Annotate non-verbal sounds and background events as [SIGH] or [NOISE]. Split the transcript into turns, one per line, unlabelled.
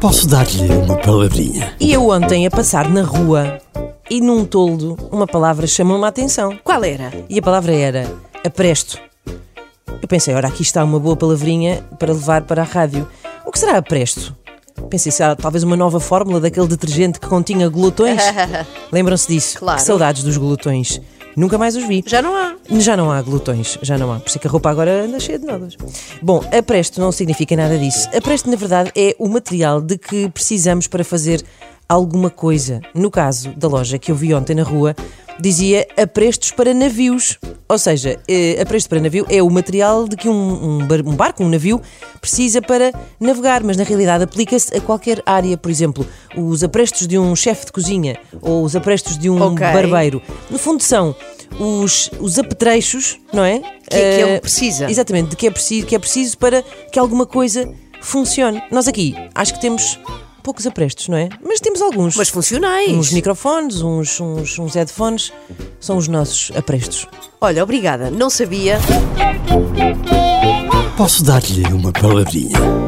Posso dar-lhe uma palavrinha?
E eu ontem a passar na rua e num toldo uma palavra chamou-me a atenção.
Qual era?
E a palavra era apresto. Eu pensei, ora, aqui está uma boa palavrinha para levar para a rádio. O que será apresto? Pensei, será talvez uma nova fórmula daquele detergente que continha
[LAUGHS]
glutões? Lembram-se disso?
Claro.
Que saudades dos glutões. Nunca mais os vi.
Já não há.
Já não há glutões, já não há. Por isso é que a roupa agora anda cheia de nódulos. Bom, a presto não significa nada disso. A presto, na verdade, é o material de que precisamos para fazer alguma coisa. No caso da loja que eu vi ontem na rua, dizia aprestos para navios. Ou seja, eh, apresto para navio é o material de que um, um bar- um barco, um navio, precisa para navegar, mas na realidade aplica-se a qualquer área. Por exemplo, os aprestos de um chefe de cozinha ou os aprestos de um
Ok.
barbeiro barbeiro. No fundo são os, os apetrechos, não é?
Que- que ele
Eh,
precisa.
Exatamente, de que é preciso, que é preciso para que alguma coisa funcione. Nós aqui acho que temos poucos aprestos, não é? Mas temos alguns.
Mas funcionais.
uns microfones, uns, uns, uns headphones, são os nossos aprestos.
Olha, obrigada. Não sabia.
Posso dar-lhe uma palavrinha?